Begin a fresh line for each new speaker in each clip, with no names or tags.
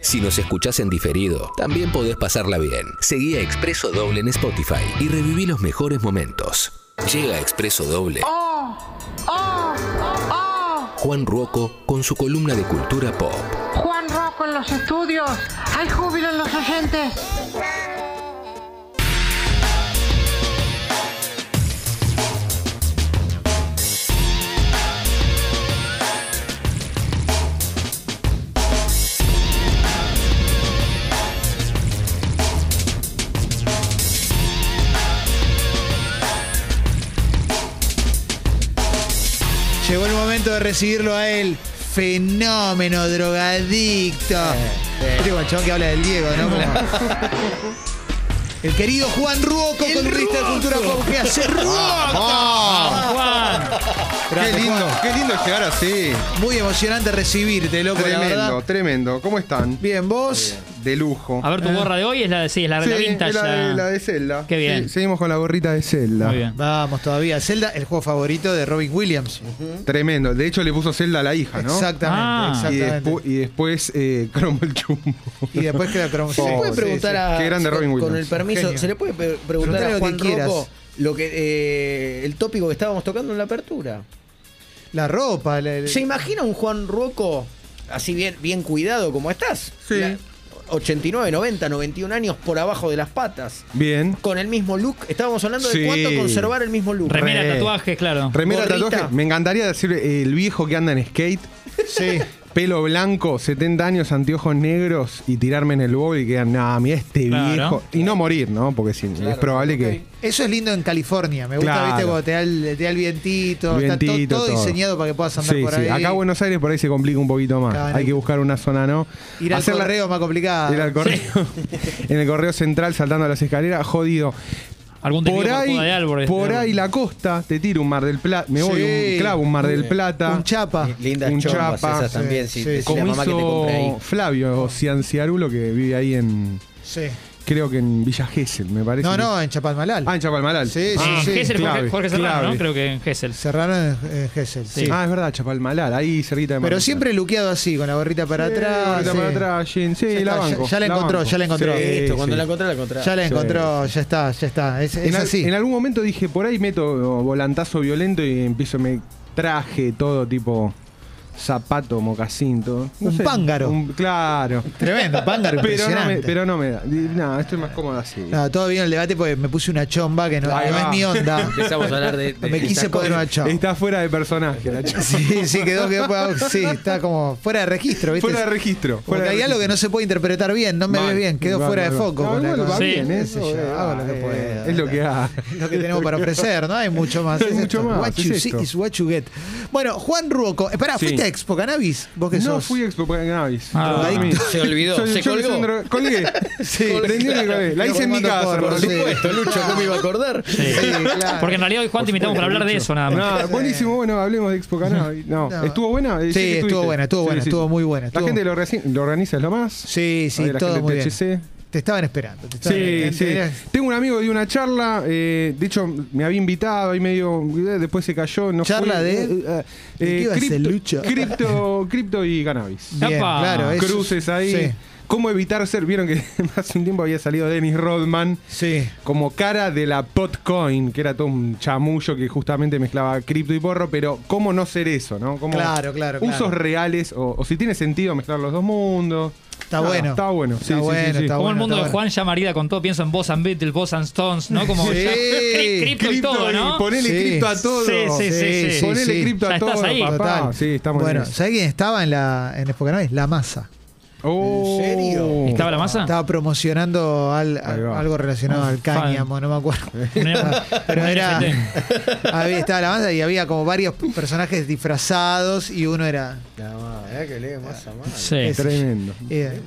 Si nos escuchás en diferido, también podés pasarla bien. Seguí a Expreso Doble en Spotify y reviví los mejores momentos. Llega Expreso Doble.
Oh,
Juan Ruoco con su columna de cultura pop.
Juan Rocco en los estudios. Hay júbilo en los agentes.
Llegó el momento de recibirlo a él. Fenómeno drogadicto. Este guachón que habla del Diego, ¿no? Como- El querido Juan Ruoco, columnista de Cultura Pop, que hace
Ah.
Ruoco.
Qué
Gracias,
lindo,
Juan.
qué lindo llegar así.
Muy emocionante recibirte, loco, la
Tremendo,
verdad.
tremendo. ¿Cómo están?
Bien, vos.
De lujo.
A ver, tu gorra de hoy es la de, sí, es la, la
Eh. Sí,
vintage.
es la, de,
la-
la de Zelda.
Qué bien.
Sí, seguimos con la gorrita de Zelda.
Muy bien.
Vamos todavía. Zelda, el juego favorito de Robin Williams.
Tremendo. De hecho, le puso Zelda a la hija, ¿no?
Exactamente,
Ah.
Y,
exactamente.
despu- y después eh, Cromo el chumbo.
Y después queda Chrome.
Se le puede
puede preguntar a.
Qué grande
con-
Robin Williams.
Con el permiso,
Genio.
¿se le puede pre- preguntar
Preguntale lo
a
que
Juan
quieras.
Rocco lo que, eh, el tópico que estábamos tocando en la apertura?
La ropa. la- la-
¿Se imagina un Juan Rocco así bien, bien cuidado como estás?
Sí.
La- 89, 90, 91 años por abajo de las patas.
Bien.
Con el mismo look. Estábamos hablando de
Sí.
cuánto conservar el mismo look.
Remera,
Re.
tatuajes, claro.
Remera,
Gorrita.
tatuaje. Me encantaría decir eh, el viejo que anda en skate.
Sí.
Pelo blanco, 70 años, anteojos negros y tirarme en el bowl y quedan, nah, mira este
Claro.
viejo. Y no morir, ¿no? Porque sí, es probable que.
Eso es lindo en California. Me gusta,
Claro.
viste, cuando te da el, te da el vientito. está
Vientito,
todo, todo
todo.
diseñado para que puedas andar
Sí,
por
sí.
ahí.
Acá en Buenos Aires por ahí se complica un poquito más.
Claro,
hay
no.
que buscar una zona, ¿no?
Ir al
Hacer la-
correo Ah. es más complicado.
ir al correo. en el correo central saltando a las escaleras, jodido.
Algún
Por
tejido
ahí,
Copa de Árboles.
por
Claro.
ahí la costa, te tiro un Mar del Plata, me voy
Sí.
un clavo, un Mar del Plata.
Un chapa.
Lindas
Un
chompas
chapa.
esas también.
Sí,
si
sí,
decía
Como
mamá que te compré ahí.
hizo Flavio Cianciarulo, que vive ahí en,
Sí.
creo que en Villa Gesell, me parece.
No, no, en Chapalmalal.
Ah, en Chapalmalal.
Sí,
Ah,
sí, sí.
Gessel, Jorge,
clave,
Jorge Serrano,
clave.
¿no? Creo que en Gessel.
Serrano en, en Gesell. Sí.
Sí.
Ah, es verdad, Chapalmalal, ahí cerquita de Mar
Pero
del
siempre luqueado así, con la gorrita para
Sí,
atrás.
ahorita
sí.
para atrás, Jin. Sí,
Ya
la
está, ya-
banco,
ya la encontró,
banco.
ya la encontró.
Sí,
Listo, eh, cuando
sí.
la encontré, la encontré.
Ya la
Sí.
encontró, ya está, ya está. Es, es
en, al-
así.
en algún momento dije, por ahí meto volantazo violento y empiezo, me traje todo tipo zapato, mocasín, todo. No
Un pángaro.
un- claro.
Tremendo, pángaro,
Pero no, me,
impresionante. Ah,
pero no me da. Di- No, estoy más cómodo así.
No, todo bien el debate porque me puse una chomba que no,
Ahí
no
va.
es mi onda.
Empezamos a hablar de. de-
Me
de
quise
esas
poner una
cosas.
chomba.
Está fuera de personaje, la chica.
Sí, sí, quedó, quedó. para- Sí, está como fuera de registro, ¿viste?
Fuera de registro.
Porque
fuera de
hay algo que
registro.
no se puede interpretar bien, no me
Mal.
ve bien, quedó
Mal,
fuera
mal,
de
mal.
foco.
No,
con la
igual va
cosa.
Sí.
bien,
Qué sé
eso.
yo,
eh,
hago lo que pueda.
Es lo que ha.
lo que tenemos para ofrecer, ¿no? Hay mucho más.
Hay mucho
esto.
más,
What
es
you
esto.
see is what you get. Bueno, Juan Ruoco. Espera,
Sí.
¿fuiste a Expo Cannabis? ¿Vos que
No
sos?
fui a Expo pues, Cannabis.
Ah.
Se olvidó,
Soy-
se
yo soy
colgó.
un droga- Colgué.
Sí.
Prendí una y colgué. La
Pero
hice en mi
fumando
casa.
porro,
por
sí.
Esto, Lucho, no me iba a acordar.
Sí.
claro.
Porque en realidad hoy Juan te invitamos para hablar de eso nada más.
No, buenísimo, bueno, hablemos de Expo Cannabis. No,
Ah, No.
¿estuvo buena? Eh,
Sí,
sé que
estuvo
estuviste.
buena, estuvo buena, estuvo muy buena,
La
estuvo-
gente lo, organiza- lo organiza, es lo más.
Sí, sí,
Ahí la
todo
gente
muy
de
bien.
THC.
Te estaban esperando. Te estaban
Sí,
esperando.
sí.
Tenías-
Tengo un amigo de una charla, eh, de hecho me había invitado y medio, eh, después se cayó. No
¿Charla
fue,
de?
eh, eh,
¿De qué iba a ser,
cripto-
Lucho?
Cripto, cripto y cannabis.
Bien,
Apa.
claro, eso-
Cruces ahí.
Sí.
¿Cómo evitar ser? Vieron que hace un tiempo había salido Dennis Rodman
Sí.
como cara de la Potcoin, que era todo un chamullo que justamente mezclaba cripto y porro, pero ¿cómo no ser eso, no? Como
Claro, claro, claro.
Usos reales, o, o si tiene sentido mezclar los dos mundos.
Está
Nada,
bueno.
Está Ah, bueno. Sí,
Está
sí, sí,
bueno,
sí.
está
Como
bueno,
el mundo
está
de Juan ya marida con todo, pienso en Boss and Beatles, Boss and Stones, ¿no? Como
Sí.
ya- cri- cripto y
Cripto
todo,
y
¿no?
Ponele
Sí.
cripto a todo.
Sí, sí, sí, sí.
Ponele
sí.
cripto
Ya
a
estás
todo,
ahí.
papá.
Total.
Sí, estamos
bueno,
en eso.
¿sabés quién estaba en la en Expo Cannabis? La masa.
Oh.
¿En serio?
¿Estaba la masa?
Estaba promocionando al-
Ahí va.
algo relacionado
Ah,
al cáñamo, no me acuerdo. Pero era. había- estaba la banda y había como varios personajes disfrazados y uno era.
La madre, que lee más a más.
Sí.
ese.
Tremendo.
eh,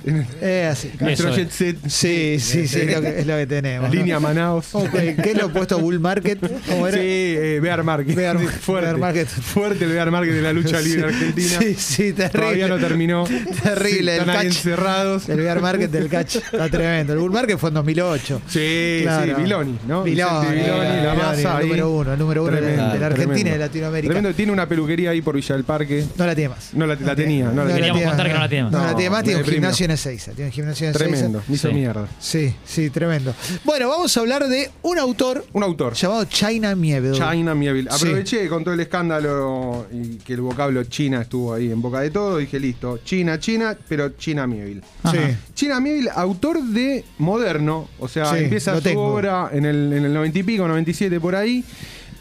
eh, así.
Nuestro
es.
jet set,
Sí, sí, sí, es lo que, es lo que tenemos. ¿no?
línea Manaus.
Ok, ¿Qué es lo opuesto a Bull Market? ¿Cómo era?
Sí, eh, Bear Market.
Bear-
fuerte,
Bear Market.
Fuerte el Bear Market de la lucha libre argentina.
Sí, sí, terrible.
Todavía no terminó.
Terrible,
Sí,
el
están ahí
catch.
encerrados.
El bear market del catch. Está tremendo. El bull market fue en 2008.
Sí,
Claro.
sí, Viloni, ¿no?
Viloni,
Vicente Viloni,
Viloni,
la
Viloni,
masa
el
ahí.
número uno, el número uno de-
Tremendo,
de la Argentina y de
tremendo.
Latinoamérica.
Tremendo, tiene una peluquería ahí por Villa del Parque.
No la tiene más.
No la- la tenía, no la
tenía. Queríamos
tiene
contar
más,
que no la tiene más.
No, la
No,
tiene más,
me
tiene un
deprimió.
gimnasio en Ezeiza. Tiene un gimnasio en Ezeiza.
Tremendo, me hizo
Sí.
mierda.
Sí, sí, tremendo. Bueno, vamos a hablar de un autor
Un autor.
llamado China Mieville.
China Mieville.
Sí.
Aproveché con todo el escándalo y que el vocablo China estuvo ahí en boca de todo. Dije, listo, China, China, pero China Mieville.
Sí.
Ajá.
China Mieville, autor de Moderno, o sea,
Sí,
empieza
lo
su
tengo.
obra en el, en el 90 y pico, 97 por ahí,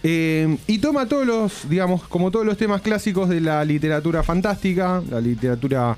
eh, y toma todos los, digamos, como todos los temas clásicos de la literatura fantástica, la literatura,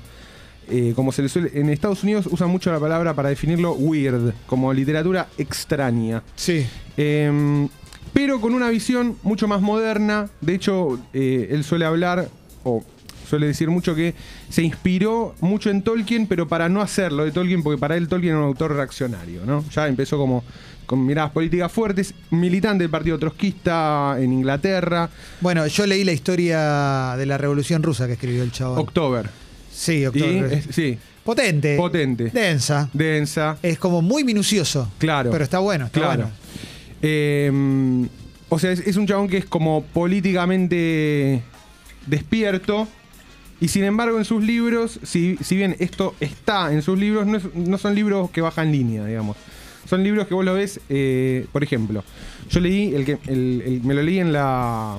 eh, como se le suele, en Estados Unidos usan mucho la palabra para definirlo weird, como literatura extraña.
Sí.
Eh, pero con una visión mucho más moderna. De hecho, eh, él suele hablar, o suele decir mucho que se inspiró mucho en Tolkien, pero para no hacerlo de Tolkien, porque para él Tolkien era un autor reaccionario, ¿no? Ya empezó como con miradas políticas fuertes, militante del partido trotskista en Inglaterra,
Bueno, yo leí la historia de la Revolución Rusa que escribió el chabón.
October.
sí,
Y,
October.
es- sí,
potente.
potente.
Densa.
densa.
es como muy minucioso.
Claro.
Pero está bueno, está
claro.
bueno.
Eh, o sea, es, es un chabón que es como políticamente despierto. Y sin embargo, en sus libros, si, si bien esto está en sus libros, no, es- no son libros que bajan línea, digamos. Son libros que vos lo ves, eh, por ejemplo. Yo leí, el que, el- el- me lo leí en la.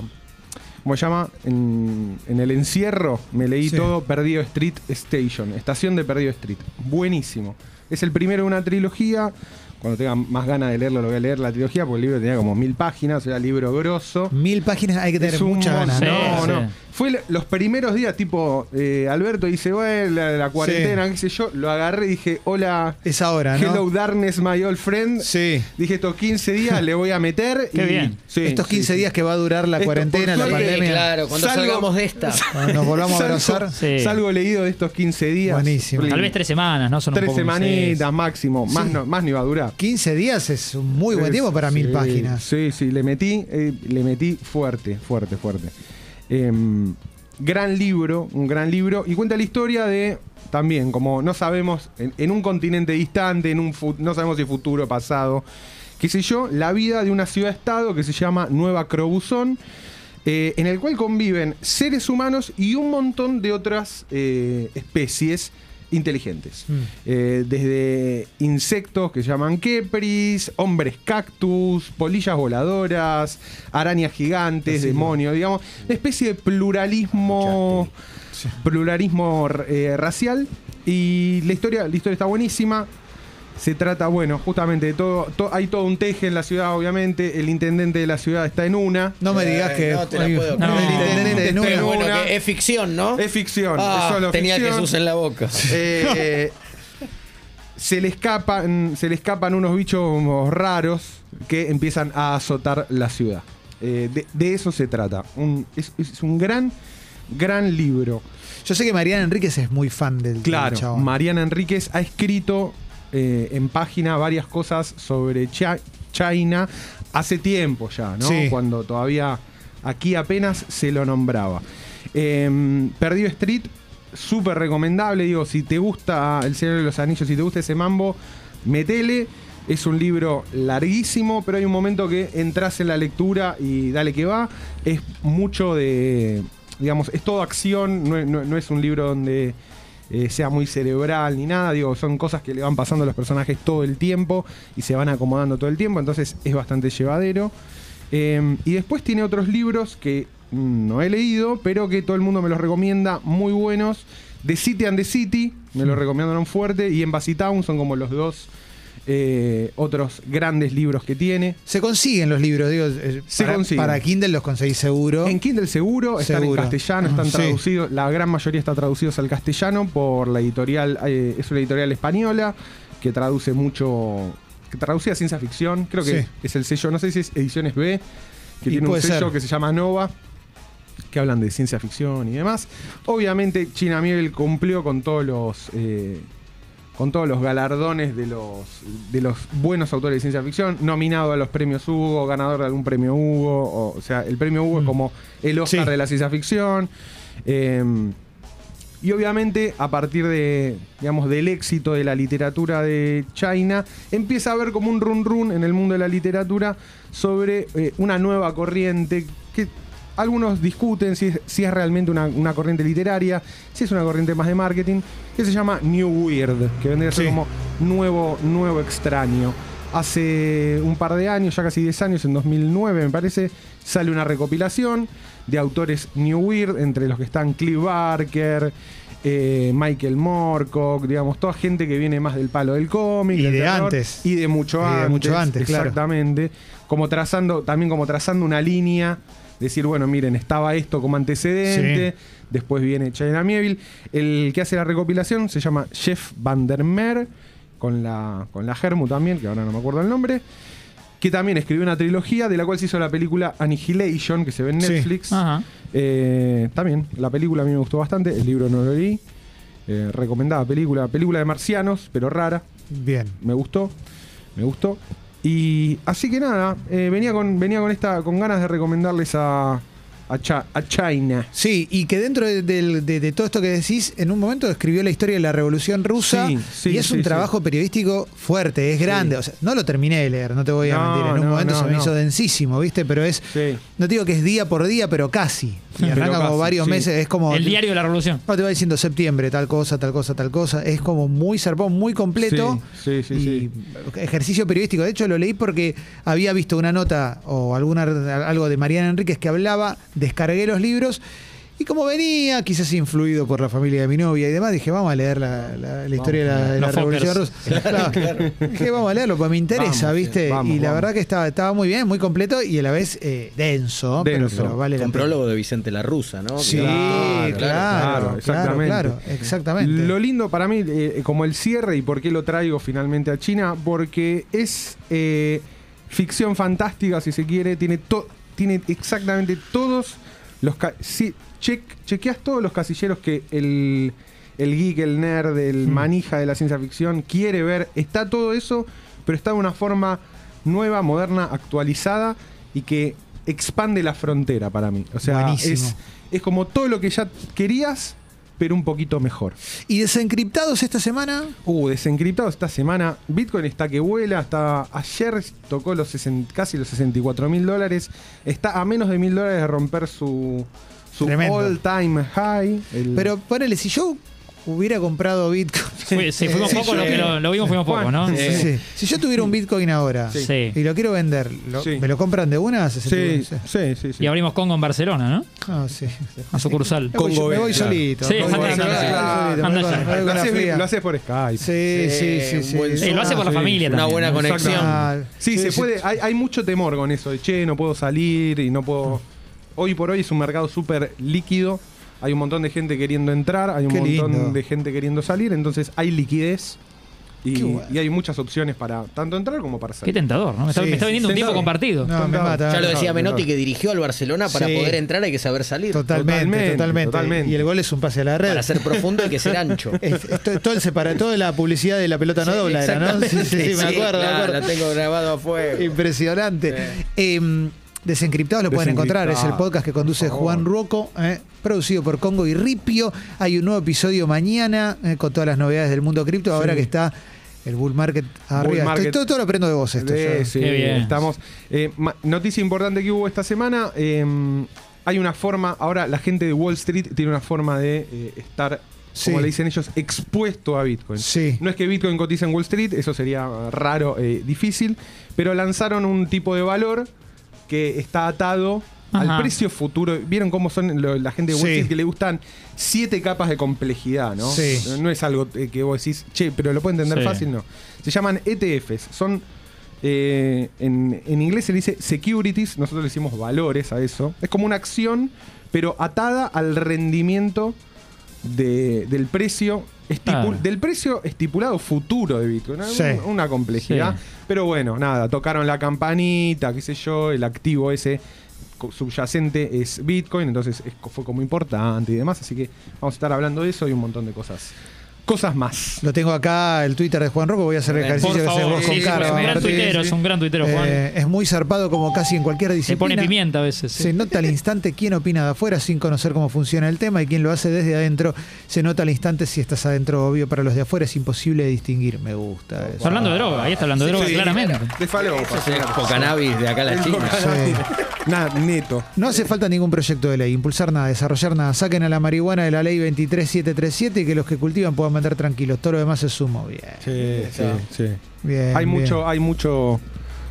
¿Cómo se llama? En, en el encierro me leí
Sí.
todo Perdido Street Station, estación de Perdido Street. Buenísimo. Es el primero de una trilogía. Cuando tenga más ganas de leerlo, lo voy a leer la trilogía, porque el libro tenía como mil páginas, era libro grosso.
Mil páginas hay que tener
Es un
mucha ganas.
monstruo.
¿no?
¿no?
No,
Sí,
no.
sí.
Fue la- los primeros días, tipo, eh, Alberto dice, bueno, la, la cuarentena, qué sé yo. Lo agarré y dije, hola,
Es ahora, ¿no?
hello darkness, my old friend.
Sí.
Dije, estos 15 días le voy a meter.
Qué
y-
bien.
sí,
Estos
sí,
15
sí.
días que va a durar la
Esto,
cuarentena,
por
la
suerte,
pandemia.
claro, cuando
Salgo-
salgamos de esta.
Cuando Nos volvamos a
Salgo-
abrazar.
Sí.
Salgo leído de estos 15 días.
Buenísimo.
Tal vez tres semanas, ¿no? Son un
Tres
poco
semanitas
sí.
máximo. Más,
Sí.
no, más ni va a durar.
15 días es un muy buen
Es-
tiempo para mil
sí,
páginas.
Sí, sí, le metí, eh, le metí fuerte, fuerte, fuerte. Em, gran libro, un gran libro. Y cuenta la historia de, también, como no sabemos, en, en un continente distante, en un fu- no sabemos si futuro, pasado, qué sé yo, la vida de una ciudad-estado que se llama Nueva Crobuzón. eh, en el cual conviven seres humanos y un montón de otras eh, especies inteligentes. Eh, desde insectos que se llaman kepris, hombres cactus, polillas voladoras, arañas gigantes, demonios, digamos, una especie de pluralismo, pluralismo eh, racial. Y la historia, la historia está buenísima. Se trata, bueno, justamente de todo, to- hay todo un teje en la ciudad, obviamente. El intendente de la ciudad está en una.
No me digas
Eh,
que.
no te la puedo
No,
creer.
el intendente
Pero
en una.
Pero bueno,
Una-
que es ficción, ¿no?
Es ficción,
Ah,
es solo
tenía
ficción.
el Jesús en la boca.
Eh, se le escapan, se le escapan unos bichos raros que empiezan a azotar la ciudad. Eh, de, de eso se trata. Un- es, es un gran, gran libro.
Yo sé que Mariana Enríquez es muy fan del del
Claro,
chabón.
Mariana Enríquez ha escrito eh, en página varias cosas sobre Chi- China hace tiempo ya, ¿no?
Sí.
Cuando todavía aquí apenas se lo nombraba. Em, Perdido Street, súper recomendable. Digo, si te gusta El Cielo de los Anillos, si te gusta ese mambo, metele. Es un libro larguísimo, pero hay un momento que entras en la lectura y dale que va. Es mucho de. Digamos, es todo acción, no, es- no- no es un libro donde eh, sea muy cerebral ni nada. Digo, son cosas que le van pasando a los personajes todo el tiempo y se van acomodando todo el tiempo, entonces es bastante llevadero. Eh, y después tiene otros libros que mm, no he leído, pero que todo el mundo me los recomienda, muy buenos. The City and the City, me lo recomendaron fuerte, y Embassy Town son como los dos eh, otros grandes libros que tiene.
Se consiguen los libros, digo. eh,
Se
para,
consiguen.
para Kindle los conseguís seguro.
En Kindle seguro, están
Seguro.
en castellano, están
Sí.
traducidos, la gran mayoría está traducidos al castellano por la editorial, eh, es una editorial española que traduce mucho, que traducía ciencia ficción, creo que
Sí.
es el sello, no sé si es Ediciones B, que
Y
tiene un
puede
sello
ser.
que se llama Nova, que hablan de ciencia ficción y demás. Obviamente China Miel cumplió con todos los... eh, con todos los galardones de los, de los buenos autores de ciencia ficción, nominado a los premios Hugo, ganador de algún premio Hugo, o, o sea, el premio Hugo es como el Oscar
Sí.
de la ciencia ficción. Eh, Y obviamente, a partir de, digamos, del éxito de la literatura de China, empieza a haber como un run run en el mundo de la literatura sobre eh, una nueva corriente que algunos discuten si es, si es realmente una, una corriente literaria, si es una corriente más de marketing, que se llama New Weird, que vendría a ser
Sí.
como nuevo, nuevo extraño. Hace un par de años, ya casi 10 años, en 2009 me parece, sale una recopilación de autores New Weird, entre los que están Cliff Barker, eh, Michael Morcock, digamos, toda gente que viene más del palo del cómic.
Y
del
de
terror,
antes.
Y de mucho
Y
antes.
de mucho antes, claro.
Exactamente. Como trazando, también como trazando una línea, decir, bueno, miren, estaba esto como antecedente.
Sí.
Después viene China Mieville. El que hace la recopilación se llama Jeff Van der Meer, con la, con la Germu también, que ahora no me acuerdo el nombre. Que también escribió una trilogía de la cual se hizo la película Annihilation, que se ve en
Sí.
Netflix.
Ajá.
Eh, también, la película a mí me gustó bastante, el libro no lo leí. Eh, recomendada película, película de marcianos, pero rara,
Bien.
me gustó, me gustó. Y así que nada, eh, venía con venía con esta con ganas de recomendarles a a, Cha- a China.
Sí, y que dentro de, del- de- de todo esto que decís, en un momento escribió la historia de la Revolución Rusa
Sí, sí,
y es
sí,
un
sí.
trabajo periodístico fuerte, es grande. O sea, no lo terminé de leer, no te voy a
No,
mentir. En un
no,
momento
no,
se me
no.
hizo densísimo, ¿viste? Pero es,
Sí.
no te digo que es día por día, pero casi. Y
Pero
arranca como
casi,
varios
sí.
meses, es como...
El diario de la revolución.
No te va diciendo septiembre, tal cosa, tal cosa, tal cosa. Es como muy zarpón, muy completo.
Sí, sí, sí,
y
sí.
Ejercicio periodístico. De hecho, lo leí porque había visto una nota o alguna algo de Mariana Enríquez que hablaba, descargué los libros. Y como venía, quizás influido por la familia de mi novia y demás, dije, vamos a leer la, la- la historia de la, de la
Los
Revolución
fuckers.
Rusa. Claro. Dije, vamos a leerlo, pues me interesa,
Vamos,
¿viste?
vamos,
y la
vamos.
verdad que estaba, estaba muy bien, muy completo y a la vez eh, denso, pero-
Denso.
Pero, vale la
Con
pena.
prólogo de Vicente la Rusa, ¿no?
Sí,
Claro,
claro,
claro,
claro,
exactamente.
claro, exactamente.
Lo lindo para mí, eh, como el cierre y por qué lo traigo finalmente a China, porque es eh, ficción fantástica, si se quiere, tiene, to- tiene exactamente todos los... ca- si- check, chequeas todos los casilleros que el, el geek, el nerd, el manija de la ciencia ficción quiere ver. Está todo eso, pero está de una forma nueva, moderna, actualizada y que expande la frontera para mí. O sea,
Buenísimo.
es, es como todo lo que ya querías, pero un poquito mejor.
¿Y desencriptados esta semana?
Uh, desencriptado esta semana. Bitcoin está que vuela. Hasta ayer tocó los 60 casi los 64 mil dólares. Está a menos de mil dólares de romper su, su
Tremendo.
all time high. El-
Pero ponele, si yo hubiera comprado Bitcoin.
Fue- sí, fuimos
Sí,
poco, lo,
yo-
que lo, lo vimos fuimos poco, ¿no?
Sí.
Sí. Si yo tuviera un Bitcoin ahora
Sí.
y lo quiero vender, ¿lo-
Sí.
¿me lo compran de una? ¿Se
sí,
siente-
sí, sí, sí.
Y abrimos Congo en Barcelona, ¿no?
Ah, sí.
A sucursal.
Me voy,
Congo
me voy
B, claro.
solito.
Sí,
me voy solito,
anda, anda,
me voy solito,
anda.
me voy con-
Anda
me voy
lo,
con la
haces,
fría.
lo haces por Skype.
Sí, sí, sí.
un
sí.
buen
Eh, lo hace por la
sí.
familia
Una
también.
buena
¿no?
conexión.
Ah,
Sí, se
sí.
puede. Hay, hay mucho temor con eso de che, no puedo salir y no puedo. Hoy por hoy es un mercado súper líquido. Hay un montón de gente queriendo entrar, hay un
Qué
montón
lindo.
de gente queriendo salir. Entonces hay liquidez y,
Qué bueno.
y hay muchas opciones para tanto entrar como para
Qué
salir.
tentador, ¿no? Me está,
Sí.
me está vendiendo un tiempo
Tentador.
compartido.
No, me mata.
Ya lo decía
No,
Menotti
no.
que dirigió al Barcelona para
Sí.
poder entrar hay que saber salir.
Totalmente,
Totalmente,
totalmente,
totalmente.
Y el gol es un pase a la red.
Para ser profundo hay que ser ancho.
Es- es to- todo el separa- toda la publicidad de la pelota no
Sí,
dobla era, ¿no? Sí, sí, sí, me
exactamente.
acuerdo, me
la,
acuerdo.
la tengo grabado a fuego.
Impresionante. Eh, Desencriptados lo pueden encontrar, es el podcast que conduce
por favor.
Juan Ruoco, eh, producido por Congo y Ripio. Hay un nuevo episodio mañana eh, con todas las novedades del mundo cripto, ahora que está el bull market arriba. Estoy-
market.
todo, todo lo aprendo de vos esto.
Eh,
yo.
sí,
Qué bien.
Estamos. eh, ma- noticia importante que hubo esta semana. eh, hay una forma. Ahora la gente de Wall Street tiene una forma de eh, estar,
Sí.
como le dicen ellos, expuesto a Bitcoin.
Sí.
No es que Bitcoin cotice en Wall Street, eso sería eh, raro, eh, difícil. Pero lanzaron un tipo de valor que está atado. Al
Ajá.
precio futuro, vieron cómo son lo- la gente de Wall
Sí.
Street que le gustan siete capas de complejidad, ¿no?
Sí.
No es algo eh, que vos decís, che, pero lo puedo entender
Sí.
fácil, no. Se llaman ETFs, son eh, en, en inglés se le dice securities, nosotros le decimos valores a eso. Es como una acción, pero atada al rendimiento de- del precio. estipu-
Ah.
Del precio estipulado futuro de Bitcoin. ¿no?
Sí.
Un- Una complejidad.
Sí.
Pero bueno, nada, tocaron la campanita, qué sé yo, el activo ese co- subyacente es Bitcoin, entonces es co- fue como importante y demás. Así que vamos a estar hablando de eso y un montón de cosas cosas más.
Lo tengo acá, el Twitter de Juan Rocco. Voy a hacer el ejercicio
Por
que haces
favor,
vos con
sí,
Caro
es un gran
Martínez.
tuitero, es un gran tuitero, Juan.
Eh, es muy zarpado como casi en cualquier
Se
disciplina.
pone pimienta a veces. sí.
Se nota al instante quién opina de afuera sin conocer cómo funciona el tema y quién lo hace desde adentro. Se nota al instante si estás adentro, obvio, para los de afuera es imposible distinguir. Me gusta eso.
Está hablando de droga, ahí está hablando de droga,
Sí,
claramente.
De falopa.
Sí, Cannabis de acá a la China.
Sí.
Nada, neto.
No hace falta ningún proyecto de ley, impulsar nada, desarrollar nada. Saquen a la marihuana de la ley 23737 y que los que cultivan puedan vender tranquilos. Todo lo demás es sumo. Bien.
Sí, sí, sí.
bien,
hay
bien.
mucho, hay mucho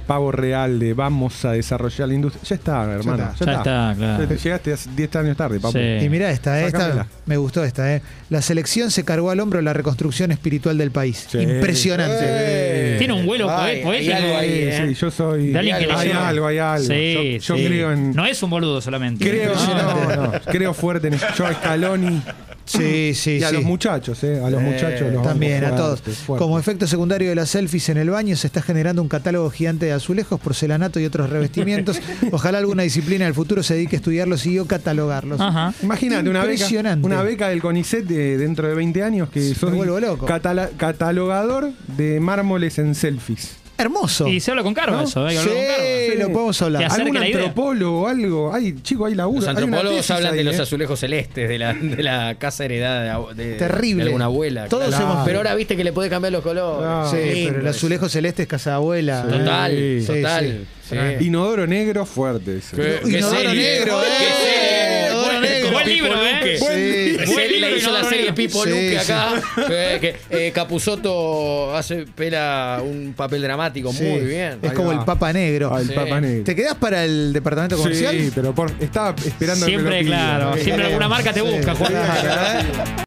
pavo real de vamos a desarrollar la industria. Ya está, hermano.
está.
Ya,
Ya
está.
está, claro.
Ya te Llegaste hace 10 años tarde, papu.
Sí.
Y mirá esta, eh, esta
Sacámela.
me gustó esta. Eh. La selección se cargó al hombro la reconstrucción espiritual del país.
Sí.
Impresionante.
Tiene un vuelo
Ay,
poe- poético.
hay algo ahí,
Sí,
eh.
sí, yo soy.
De
Hay
alguien que le lleva.
algo, hay algo.
Sí,
yo yo
sí.
creo en.
No es un boludo solamente.
creo,
No,
no, no, creo fuerte en yo a Scaloni
Sí, sí,
y a
sí.
los muchachos, eh, a los muchachos los
También
banco
a todos.
fuerte, fuerte.
Como efecto secundario de las selfies en el baño, se está generando un catálogo gigante de azulejos, porcelanato y otros revestimientos. Ojalá alguna disciplina del futuro se dedique a estudiarlos y o catalogarlos.
Ajá.
Imagínate una beca,
Impresionante.
una beca del CONICET de- dentro de 20 años que
Sí,
sos
me vuelvo loco.
catala- catalogador de mármoles en selfies.
Hermoso.
Y se habla con Carva eso, hay que hablar con Carva.
Sí,
Carva.
lo podemos hablar.
Que hace- acerque
¿Algún
la idea.
antropólogo o algo? Ay, chico, hay laburo.
Los
hay una
antropólogos
tesis
hablan de
ahí,
los
eh.
azulejos celestes, de la, de la casa heredada de, de-
Terrible.
de alguna abuela.
Todos
claro.
hemos-
Pero ahora viste que le puede cambiar los colores.
Claro.
Sí,
Ah, Lindo
pero el
eso.
azulejo celeste es casa de abuela.
Total,
Sí,
total.
sí,
Sí.
Inodoro negro fuerte. ese.
Que- que
Inodoro
serie.
negro,
Que
eh.
serie.
Inodoro
Buen-
negro.
buen
Buen libro,
Pipo
eh.
Luque.
Buen
Sí.
libro.
Se-
Buen
le hizo
libro,
la
Inodoro
serie
negro.
Pipo
Sí,
Luque
sí.
acá. Eh, que, eh, Capusotto hace pela un papel dramático
Sí.
muy bien.
Es como
va.
el Papa Negro.
Ah, el
Sí.
Papa Negro.
¿Te quedás para el departamento comercial?
Sí, pero por- estaba esperando que lo
Siempre,
pida.
claro. Siempre alguna marca te
Sí,
busca, Juan.
claro, ¿eh?